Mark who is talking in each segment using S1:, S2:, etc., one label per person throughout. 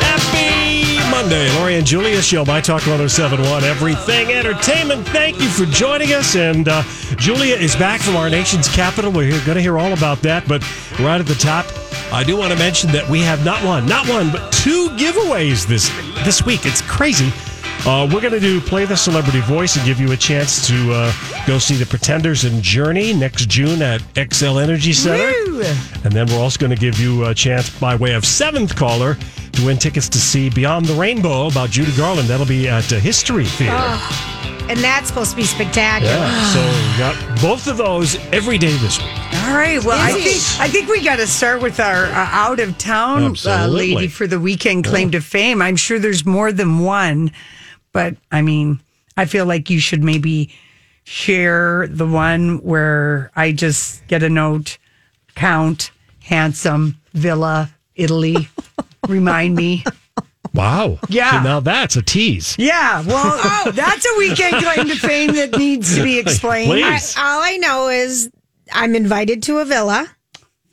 S1: Happy Monday, Lori and Julia show by Talk 1071, Everything Entertainment. Thank you for joining us. And uh, Julia is back from our nation's capital. We're going to hear all about that. But right at the top, I do want to mention that we have not one, not one, but two giveaways this this week. It's crazy. Uh, we're going to do Play the Celebrity Voice and give you a chance to uh, go see The Pretenders and Journey next June at XL Energy Center. And then we're also going to give you a chance by way of seventh caller to win tickets to see Beyond the Rainbow about Judy Garland. That'll be at uh, History Theater.
S2: And that's supposed to be spectacular.
S1: Yeah, so we got both of those every day this week.
S3: All right. Well, I think
S1: Yes.
S3: I think we got to start with our uh, out of town uh,
S1: Absolutely.
S3: lady for the weekend claim to fame. I'm sure there's more than one, but I mean, I feel like you should maybe share the one where I just get a note, count, handsome, villa, Italy, remind me.
S1: Wow.
S3: Yeah.
S1: So now that's a tease.
S3: Yeah, well, oh, that's a weekend claim to fame that needs to be explained.
S2: I,
S1: Please.
S2: all I know is I'm invited to a villa.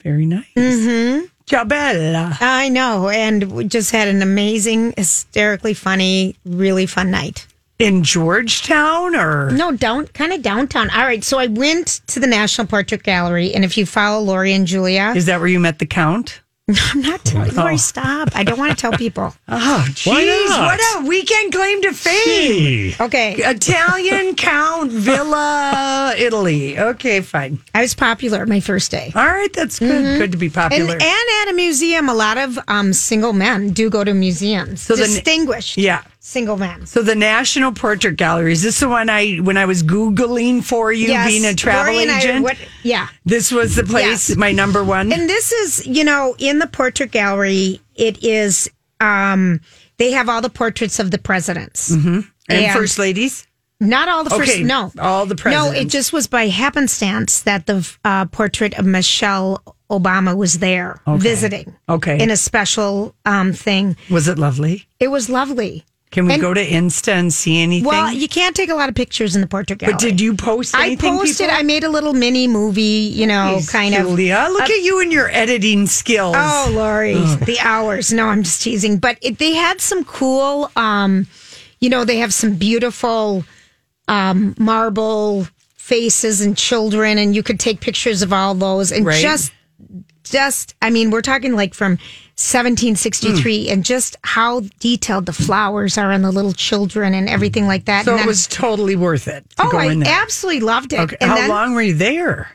S3: Very nice. Mm-hmm. Jabella.
S2: I know. And we just had an amazing, hysterically funny, really fun night.
S3: In Georgetown or?
S2: No, down, kind of downtown. All right. So I went to the National Portrait Gallery. And if you follow Lori and Julia,
S3: Is that where you met the Count?
S2: I'm not telling Lori, stop. I don't want to tell people.
S3: Oh, jeez.
S1: Why not?
S3: What a weekend claim to fame.
S1: Hey.
S2: Okay.
S3: Italian Count Villa, Italy. Okay, fine.
S2: I was popular my first day.
S3: All right, that's good. Good to be
S2: Mm-hmm. And,
S3: popular.
S2: and at a museum, a lot of um, single men do go to museums.
S3: So
S2: So
S3: the-
S2: Distinguished
S3: yeah.
S2: single men.
S3: So the National Portrait Gallery is this the one I when I was googling for you
S2: Yes,
S3: being a travel
S2: Lori and I-
S3: agent?
S2: what- yeah.
S3: This was the place, my number one.
S2: And this is, you know, in the portrait gallery, it is, um, they have all the portraits of the presidents.
S3: Mm-hmm. and
S2: and-
S3: first ladies.
S2: Not all the first,
S3: Okay,
S2: no.
S3: all the
S2: No, it
S3: presidents.
S2: just was by happenstance that the uh, portrait of Michelle Obama was there visiting.
S3: Okay.
S2: In a special um, thing.
S3: Was it lovely?
S2: It was lovely.
S3: Can we
S2: And-
S3: go to Insta and see anything?
S2: Well, you can't take a lot of pictures in the portrait gallery.
S3: but did you post
S2: I
S3: anything?
S2: posted,
S3: people?
S2: I made a little mini movie, you know, kind of. Uh,
S3: Julia, look at you and your editing skills.
S2: Oh, Lori, the hours. No, I'm just teasing. But it, they had some cool, um, you know, they have some beautiful um, marble faces and children, and you could take pictures of all those. And
S3: Right.
S2: just, just, I mean, we're talking like from 1763 and just how detailed the flowers are and the little children and everything like that.
S3: so
S2: and
S3: it
S2: then-
S3: was totally worth it. To
S2: Oh,
S3: go
S2: I
S3: in there.
S2: absolutely loved it.
S3: Okay.
S2: And
S3: How
S2: then-
S3: long were you there?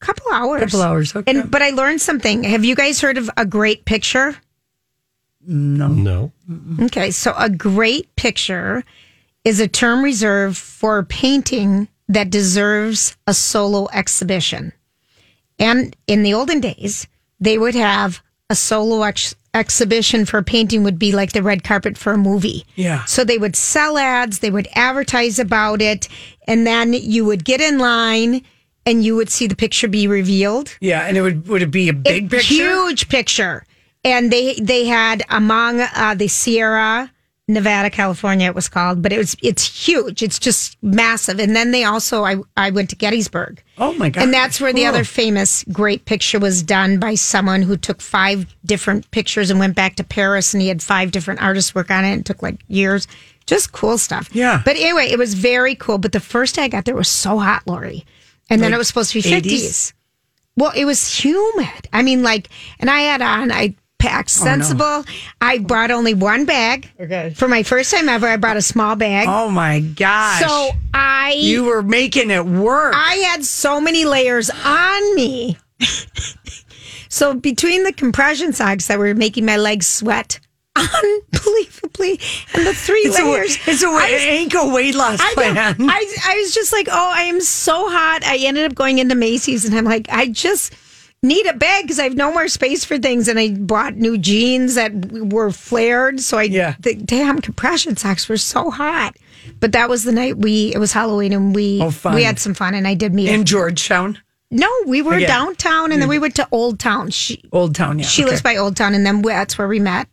S2: couple hours.
S3: Couple hours, okay.
S2: And but I learned something. Have you guys heard of a great picture?
S1: No.
S2: Okay, so a great picture is a term reserved for a painting that deserves a solo exhibition. And in the olden days, they would have a solo ex- exhibition for a painting would be like the red carpet for a movie.
S3: Yeah.
S2: So they would sell ads, they would advertise about it, and then you would get in line and you would see the picture be revealed.
S3: Yeah, and it would would it be a big
S2: It-
S3: picture?
S2: huge picture. And they they had among uh, the Sierra Nevada, California, it was called, but it was it's huge. It's just massive. And then they also I I went to Gettysburg.
S3: Oh my god!
S2: And that's where the
S3: Cool.
S2: other famous great picture was done by someone who took five different pictures and went back to Paris and he had five different artists work on it and it took like years. Just cool stuff.
S3: Yeah.
S2: But anyway, it was very cool. But the first day I got there was so hot, Lori. And then it was supposed to be 50s.
S3: 80s?
S2: Well, it was humid. I mean, like, and I had on, I packed sensible. I brought only one bag.
S3: Oh, Okay.
S2: For my first time ever, I brought a small bag.
S3: Oh my gosh.
S2: so I.
S3: you were making it work.
S2: I had so many layers on me. so between the compression socks that were making my legs sweat unbelievably, and the three
S3: it's,
S2: layers,
S3: a, it's a,
S2: I was-
S3: ankle weight loss
S2: I,
S3: plan.
S2: know. I I was just like, oh, I am so hot. I ended up going into Macy's, and I'm like, I just need a bag because I have no more space for things. And I bought new jeans that were flared, so I
S3: Yeah.
S2: the damn compression socks were so hot. But that was the night we it was Halloween, and we
S3: Oh, fun.
S2: we had some fun, and I did meet.
S3: In Georgetown,
S2: no, we were
S3: Again.
S2: downtown, and then we went to Old Town. She
S3: Old Town. Yeah.
S2: she
S3: okay.
S2: lives by Old Town, and then we- that's where we met.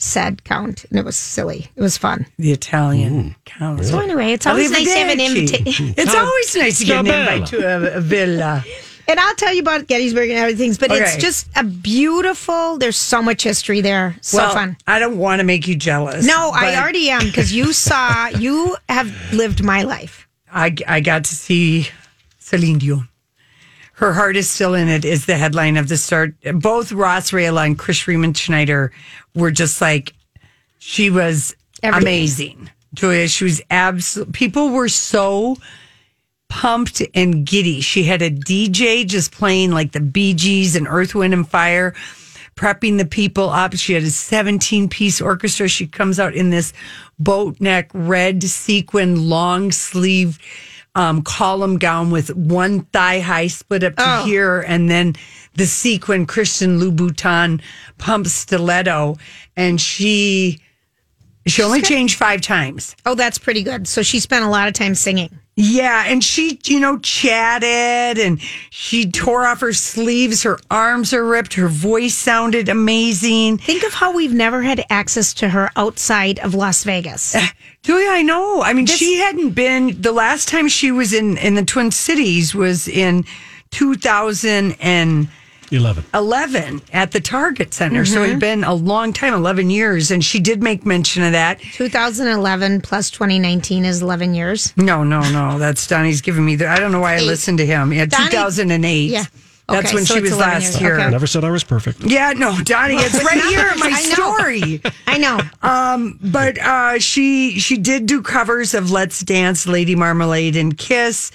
S2: Said count, and it was silly. It was fun.
S3: the Italian count.
S2: So anyway, it's always nice to have an invitation.
S3: It's always nice to get an
S1: Cabela.
S3: invite to a, a villa.
S2: And I'll tell you about Gettysburg and everything, but it's
S3: Okay.
S2: just a beautiful. There's so much history there. So
S3: well,
S2: fun.
S3: I don't want to make you jealous.
S2: No, I
S3: but
S2: already am because you saw, you have lived my life.
S3: I, I got to see Celine Dion. Her heart is still in it is the headline of the start. Both Ross Rayla and Chris Riemann Schneider were just like she was
S2: Everything.
S3: amazing. Julia, she was absolute. People were so pumped and giddy. She had a DJ just playing like the Bee Gees and Earth, Wind and Fire, prepping the people up. She had a 17 piece orchestra. She comes out in this boat neck, red sequin, long sleeve um, column gown with one thigh high split up to here and then the sequin Christian Louboutin pump stiletto. And she. She only changed five times.
S2: Oh, that's pretty good. So she spent a lot of time singing.
S3: Yeah, and she, you know, chatted and she tore off her sleeves, her arms are ripped, her voice sounded amazing.
S2: Think of how we've never had access to her outside of Las Vegas.
S3: Julia, I know. I mean, she hadn't been the last time she was in in the Twin Cities was in 2011
S1: 11.
S3: at the Target Center. So
S2: Mm-hmm.
S3: it had been a long time, 11 years, and she did make mention of that.
S2: 2011 plus 2019 is 11 years.
S3: No, no, no. That's Donnie's giving me the. I don't know why I listened to him. Yeah,
S2: Donnie-
S3: 2008.
S2: Yeah.
S3: That's
S2: Okay,
S3: when
S2: so
S3: she
S2: it's
S3: was
S2: 11
S3: last
S2: years.
S3: here.
S2: Okay.
S1: Never said I was perfect.
S3: Yeah, no, Donnie, it's right here in my
S2: I know.
S3: story.
S2: I know.
S3: But uh, she she did do covers of "Let's Dance," "Lady Marmalade," and "Kiss."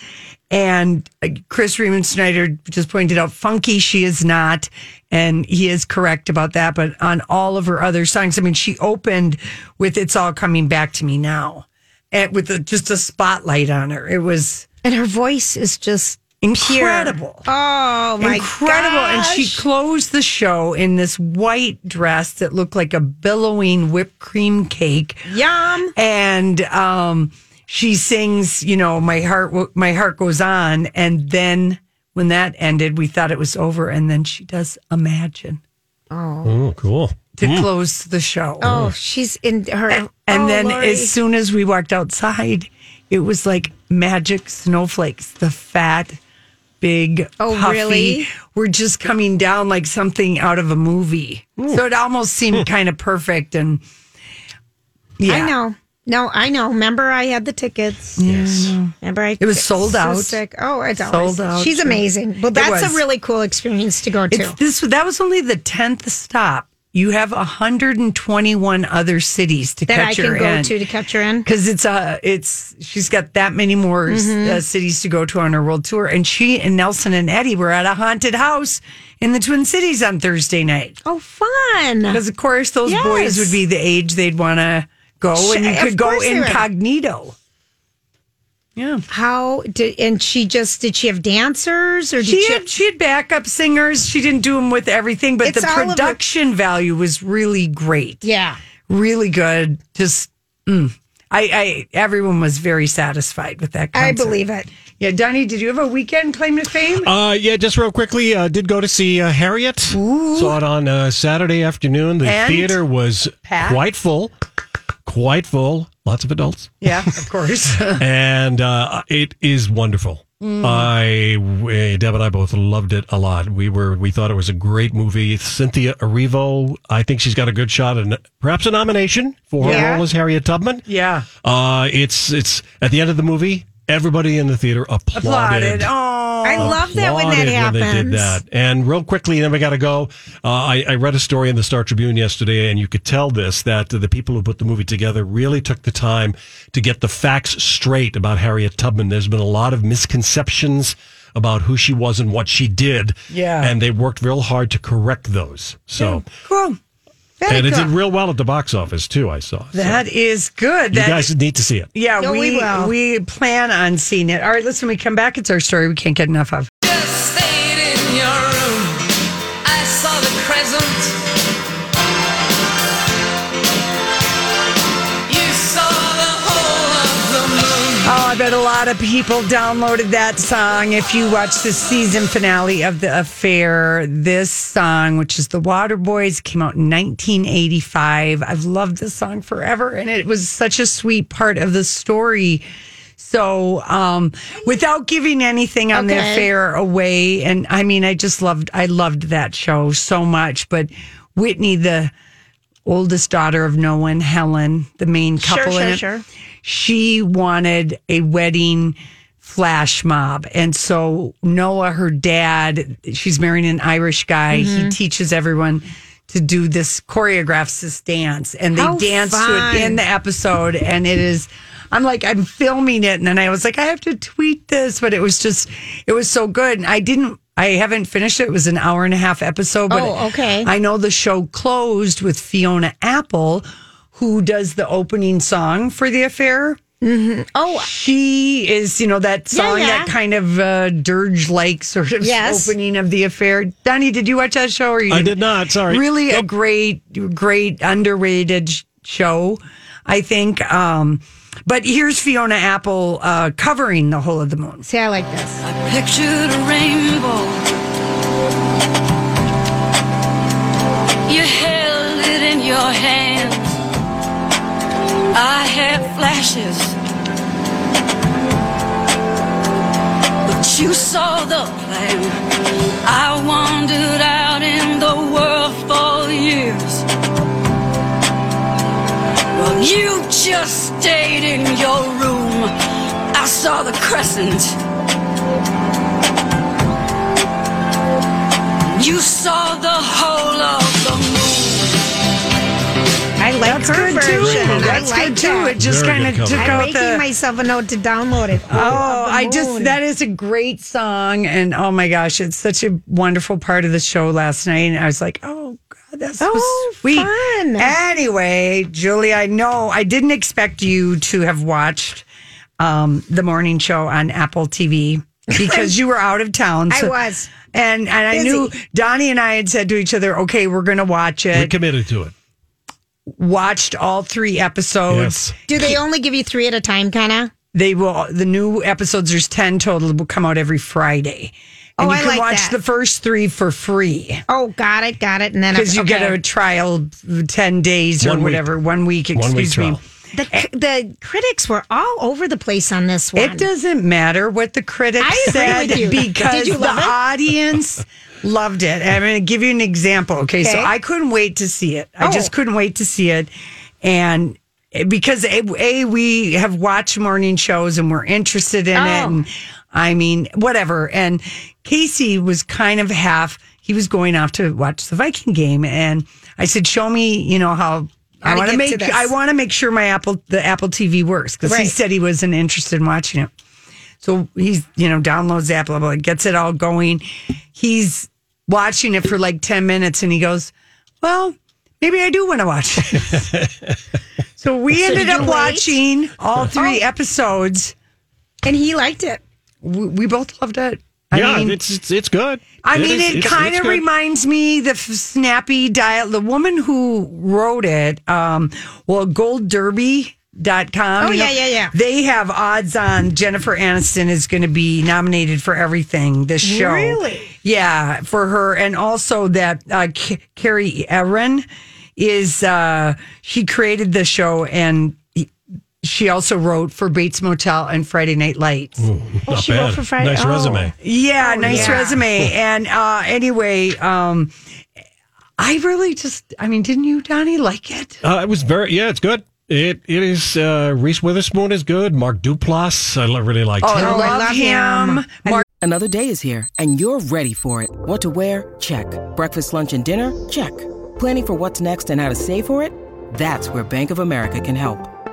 S3: And uh, Chris Raymond Snyder just pointed out, "Funky," she is not, and he is correct about that. But on all of her other songs, I mean, she opened with "It's All Coming Back to Me Now," and with a, just a spotlight on her. It was
S2: and her voice is just
S3: incredible.
S2: Oh my
S3: incredible. And she
S2: gosh.
S3: closed the show in this white dress that looked like a billowing whipped cream cake.
S2: Yum.
S3: And um, she sings, you know, my heart, wo- my heart goes on. And then when that ended, we thought it was over. And then she does imagine
S1: Oh, cool.
S3: to close the show.
S2: Oh, she's in her.
S3: And
S2: oh,
S3: then
S2: Lori.
S3: as soon as we walked outside, it was like magic snowflakes. The fat, big,
S2: Oh,
S3: puffy
S2: really?
S3: were just coming down like something out of a movie. So it almost seemed kind of perfect. And yeah,
S2: Hmm. I know. No, I know. Remember, I had the tickets.
S1: Yes.
S2: Remember, I
S3: It was
S2: it's
S3: sold
S2: so
S3: out.
S2: sick. Oh, it's always-
S3: Sold out,
S2: She's
S3: yeah.
S2: amazing. Well,
S3: It
S2: that's
S3: was.
S2: a really cool experience to go
S3: It's,
S2: to.
S3: this that was only the tenth stop. You have 121 other cities to
S2: That I
S3: catch
S2: can
S3: her
S2: go
S3: in.
S2: to to catch her in.
S3: because it's uh it's she's got that many more
S2: Mm-hmm.
S3: uh, cities to go to on her world tour and she and nelson and eddie were at a haunted house in the twin cities on thursday night
S2: Oh, fun!
S3: because of course those boys
S2: Yes.
S3: would be the age they'd want to go and you
S2: Of
S3: could go
S2: course they would.
S3: incognito yeah
S2: How did and she just did she have dancers or did she?
S3: she had, she had backup singers she didn't do them with everything but
S2: It's
S3: the
S2: all of her-
S3: production value was really great
S2: yeah.
S3: really good just mm. I, I everyone was very satisfied with that concert.
S2: I believe Oh, it.
S3: Yeah, Donnie, did you have a weekend claim to fame?
S1: Uh, yeah, just real quickly, uh, did go to see uh, Harriet. Saw it on uh, Saturday afternoon. The
S3: And?
S1: theater was
S3: Packed?
S1: quite full, quite full. Lots of adults,
S3: yeah, of course.
S1: and uh, it is wonderful. I uh, Deb and I both loved it a lot. We were we thought it was a great movie. Cynthia Erivo, I think she's got a good shot and perhaps a nomination for her
S2: Yeah.
S1: role as Harriet Tubman.
S3: yeah.
S1: Uh, it's it's at the end of the movie. Everybody in the theater applauded.
S3: Applauded. Oh,
S2: I love that when that
S1: applauded
S2: happens.
S1: They did that. And real quickly, then we got to go. Uh, I, I read a story in the Star Tribune yesterday, and you could tell this that the people who put the movie together really took the time to get the facts straight about Harriet Tubman. There's been a lot of misconceptions about who she was and what she did.
S3: Yeah.
S1: And they worked real hard to correct those. So,
S3: cool.
S2: Very
S1: and it
S2: cool.
S1: did real well at the box office, too, I saw. So
S3: That is good.
S1: you
S3: That-
S1: guys need to see it.
S3: yeah,
S2: No, we
S3: we
S2: will.
S3: we plan on seeing it. All right, listen, we come back. It's our story we can't get enough of.
S4: Just stayed in your room. I saw the crescent. You saw the whole of the moon.
S3: Oh, I bet a lot of people downloaded that song. If you watch the season finale of The Affair, this song, which is The Water Boys, came out in 1985. I've loved this song forever, and it was such a sweet part of the story. So, um, without giving anything on The
S2: Okay.
S3: Affair away, and I mean, I just loved, I loved that show so much. But Whitney, the oldest daughter of no one, Helen, the main couple
S2: sure,
S3: in it,
S2: sure.
S3: she wanted a wedding flash mob. And so Noah, her dad, she's marrying an Irish guy. He teaches everyone to do this choreographs this dance and they
S2: How
S3: dance to
S2: fun.
S3: it in the episode and it is I'm like I'm filming it and then I was like I have to tweet this but it was just it was so good and I didn't I haven't finished it it was an hour and a half episode but
S2: Oh, okay.
S3: I know the show closed with Fiona Apple, who does the opening song for The Affair.
S2: Oh,
S3: She is, you know, that
S2: Yeah,
S3: song,
S2: yeah.
S3: that kind of uh, dirge like sort of
S2: Yes.
S3: opening of The Affair. Donnie, did you watch that show? Or you
S1: I did not. Sorry.
S3: Really a great, great, underrated sh- show, I think. Um, but here's Fiona Apple uh, covering The Whole of the Moon.
S2: see, I like this.
S4: Pictured a rainbow. You held it in your hand. I had flashes. But you saw the plan. I wandered out in the world for years. Well, you just stayed in your room. I saw the crescent. You saw the whole of the moon.
S2: I like
S3: That's
S2: her
S3: good
S2: version.
S3: too.
S1: Great cover.
S3: That's
S2: I like
S3: good too.
S2: that.
S3: It just
S1: Very
S3: kind
S1: good
S3: of
S1: cover.
S3: took
S1: I'm
S3: out
S2: I'm making
S3: the.
S2: myself a note to download it.
S3: Oh, I just that is a great song, and oh my gosh, it's such a wonderful part of the show last night. And I was like, oh god, that's so
S2: Oh,
S3: sweet.
S2: fun.
S3: Anyway, Julie, I know I didn't expect you to have watched um, the morning show on Apple TV because you were out of town.
S2: I
S3: so-
S2: was.
S3: and and I
S2: Busy.
S3: knew Donnie and I had said to each other, okay, we're gonna watch
S1: We
S3: it.
S1: committed to it.
S3: Watched all three episodes.
S1: Yes.
S2: Do they only give you three at a time, kind of?
S3: they will the new episodes there's 10 total will come out every friday and
S2: Oh,
S3: you
S2: I
S3: can
S2: like
S3: watch
S2: that.
S3: the first three for free
S2: Oh, got it, got it. And then
S3: because you get
S2: okay.
S3: a trial 10 days or
S1: One week.
S3: whatever one week
S1: One
S3: excuse
S1: week
S3: me
S1: trial.
S2: The, the critics were all over the place on this one.
S3: it doesn't matter what the critics
S2: I agree
S3: said
S2: with you.
S3: because
S2: Did you
S3: the
S2: love it?
S3: audience loved it i'm going to give you an example okay, so
S2: Okay.
S3: i couldn't wait to see it i just
S2: Oh.
S3: couldn't wait to see it and because a, a we have watched morning shows and we're interested in it
S2: Oh.
S3: and i mean whatever and casey was kind of half he was going off to watch the viking game and i said show me you know how
S2: How
S3: I
S2: to get
S3: want to
S2: to
S3: make
S2: this.
S3: I want to make sure my Apple the Apple TV works because he
S2: Right.
S3: said he wasn't interested in watching it. So he's you know downloads the app, blah, blah, blah, gets it all going. He's watching it for like ten minutes, and he goes, "Well, maybe I do want to watch." it." so we ended
S2: did
S3: up
S2: you wait? Oh.
S3: watching all three episodes.
S2: and he liked it.
S3: We, we both loved it. I
S1: yeah,
S3: mean,
S1: it's, it's it's good.
S3: I mean,
S1: is-
S3: it
S1: it's-
S3: kind
S1: it's
S3: of
S1: good.
S3: reminds me the f- snappy dial. The woman who wrote it, um, well, Gold Derby. Dot com.
S2: Oh,
S3: you
S2: yeah, yeah, yeah.
S3: They have odds on Jennifer Aniston is going to be nominated for everything this show.
S2: Really?
S3: Yeah, for her, and also that uh, C- Carrie Erin is uh, she created the show, and she also wrote for Bates Motel and Friday Night Lights.
S1: Not
S2: she
S1: bad.
S2: wrote for Friday-
S1: Nice
S2: oh.
S1: resume.
S3: Yeah, nice
S2: yeah.
S3: resume. And uh, anyway, um, I really just, I mean, didn't you, Donnie, like it?
S1: Uh, it was very yeah, it's good. It it is uh, Reese Witherspoon is good. Mark Duplass, I lo- really liked
S3: Oh,
S1: him.
S3: I
S2: Oh,
S3: love,
S2: I love him.
S3: him.
S5: Another day is here, and you're ready for it. What to wear? Check. Breakfast, lunch, and dinner? Check. Planning for what's next and how to save for it? That's where Bank of America can help.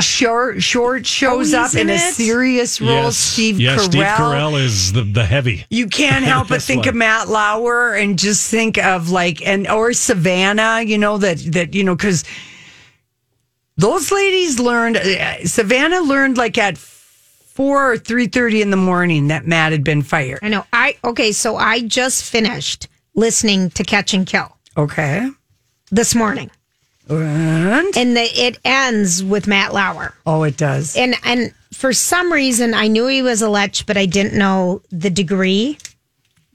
S3: Short, short shows
S2: Oh,
S3: up
S2: he's
S3: in
S2: in
S3: a
S2: it?
S3: serious role.
S1: yes,
S3: Steve
S1: yes,
S3: Carell.
S1: Steve Carell is the the heavy.
S3: You can't help but
S1: This
S3: think
S1: one.
S3: of Matt Lauer and just think of like and or Savannah. You know that that you know because those ladies learned. uh, Savannah learned like at four or three thirty in the morning that Matt had been fired.
S2: I know. I okay. So I just finished listening to Catch and Kill
S3: Okay,
S2: this morning,
S3: and
S2: and the, it ends with Matt Lauer.
S3: oh, it does.
S2: And and for some reason, I knew he was a lech, but I didn't know the degree.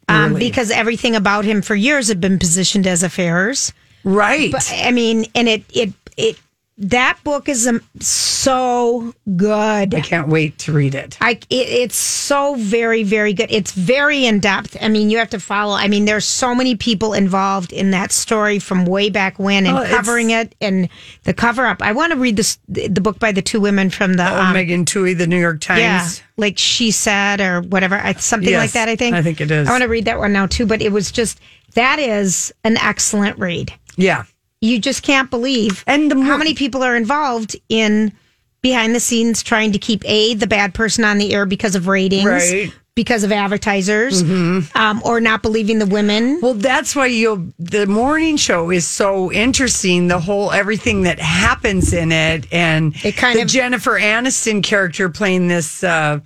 S2: Um, Because everything about him for years had been positioned as affairs.
S3: Right.
S2: But I mean, and it it it that book is um, so good.
S3: I can't wait to read it.
S2: I it, it's so very very good. It's very in depth. I mean, you have to follow. I mean, there's so many people involved in that story from way back when and
S3: Oh, it's-
S2: covering it and the cover up. I want to read this the book by the two women from the
S3: Oh,
S2: um,
S3: Megan Tui, the New York Times.
S2: yeah, like she said or whatever, I- something
S3: Yes,
S2: like that. I think.
S3: I think it is.
S2: I want to read that one now too. But it was just that is an excellent read.
S3: Yeah.
S2: You just can't believe
S3: And the
S2: how
S3: mo-
S2: many people are involved in behind the scenes trying to keep a the bad person on the air because of ratings,
S3: Right. Mm-hmm.
S2: because of advertisers, um, or not believing the women.
S3: Well, that's why you the morning show is so interesting. The whole everything that happens in it, and
S2: It kind
S3: the
S2: of-
S3: Jennifer Aniston character playing this uh,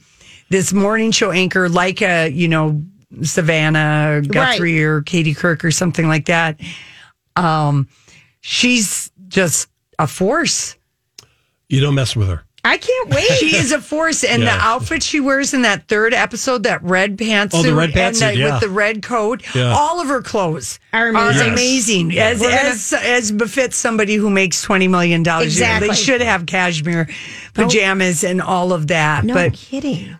S3: this morning show anchor, like a you know Savannah Guthrie or Katie Kirk or something like that. Um, she's just a force.
S1: You don't mess with her.
S2: I can't wait.
S3: She is a force, and
S1: Yeah.
S3: the outfit she wears in that third episode, that red pantsuit,
S1: Oh, the red
S3: and
S1: pantsuit, yeah.
S3: with the red coat,
S1: Yeah.
S3: all of her clothes
S2: Are
S3: are
S2: amazing.
S3: amazing.
S1: Yes.
S3: As
S2: We're gonna-
S3: as as befits somebody who makes twenty million dollars.
S2: Exactly.
S3: they should have cashmere pajamas and all of that.
S2: no
S3: but
S2: kidding.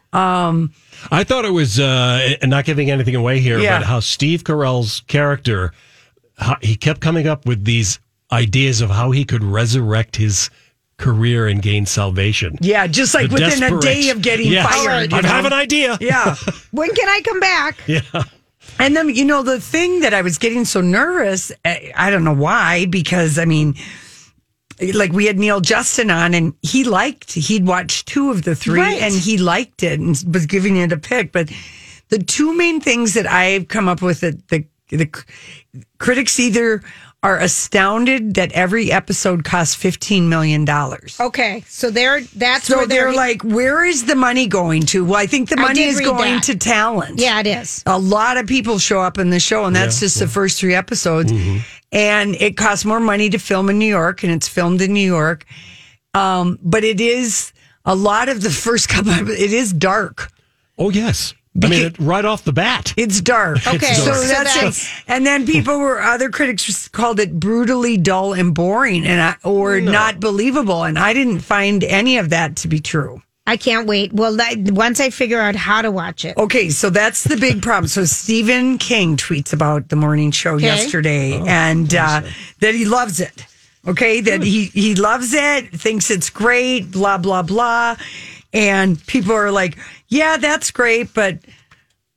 S1: I thought it was, uh, and not giving anything away here,
S3: Yeah.
S1: but how Steve Carell's character, how, he kept coming up with these ideas of how he could resurrect his career and gain salvation.
S3: yeah, just like
S1: The
S3: within a
S1: desperate-
S3: day of getting
S1: Yes.
S3: fired, you
S1: I have
S3: know?
S1: an idea.
S3: yeah.
S2: When can I come back?
S3: And then, you know, the thing that I was getting so nervous, I I don't know why, because I mean, like we had Neil Justin on and he liked, he'd watched two of the three
S2: Right.
S3: and he liked it and was giving it a pick. But the two main things that I've come up with that the, the cr- critics either are astounded that every episode costs $15 million.
S2: Okay, so there. That's
S3: So
S2: where
S3: they're like, where is the money going to? Well, I think the
S2: I
S3: money
S2: did
S3: is
S2: read
S3: going
S2: that.
S3: to talent
S2: Yeah, it is.
S3: a lot of people show up in the show, and that's just the first three episodes.
S1: Mm-hmm.
S3: And it costs more money to film in New York, and it's filmed in New York. Um, but it is a lot of the first couple. of- It is dark.
S1: Oh, yes. I mean, it, right off the bat.
S3: It's dark.
S2: Okay,
S1: It's
S3: so
S1: dark.
S3: that's,
S2: So that's-
S3: it. And then people were other critics just called it brutally dull and boring, and I, or not believable. And I didn't find any of that to be true.
S2: I can't wait. Well, that, once I figure out how to watch it,
S3: Okay, so that's the big problem. So Stephen King tweets about the morning show yesterday, and uh, that he loves it. Okay, that he he loves it, thinks it's great, blah blah blah, and people are like, "Yeah, that's great, but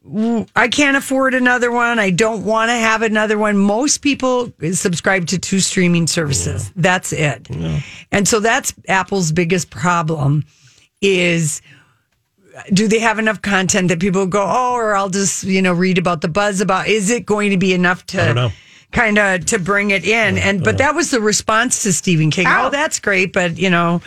S3: w- I can't afford another one. I don't want to have another one." Most people subscribe to two streaming services. That's it, and so that's Apple's biggest problem is do they have enough content that people go, oh, or I'll just, you know, read about the buzz about, is it going to be enough
S1: don't know.
S3: to kind of to bring it in? And, but that was the response to Stephen King. Oh, that's great. But, you know,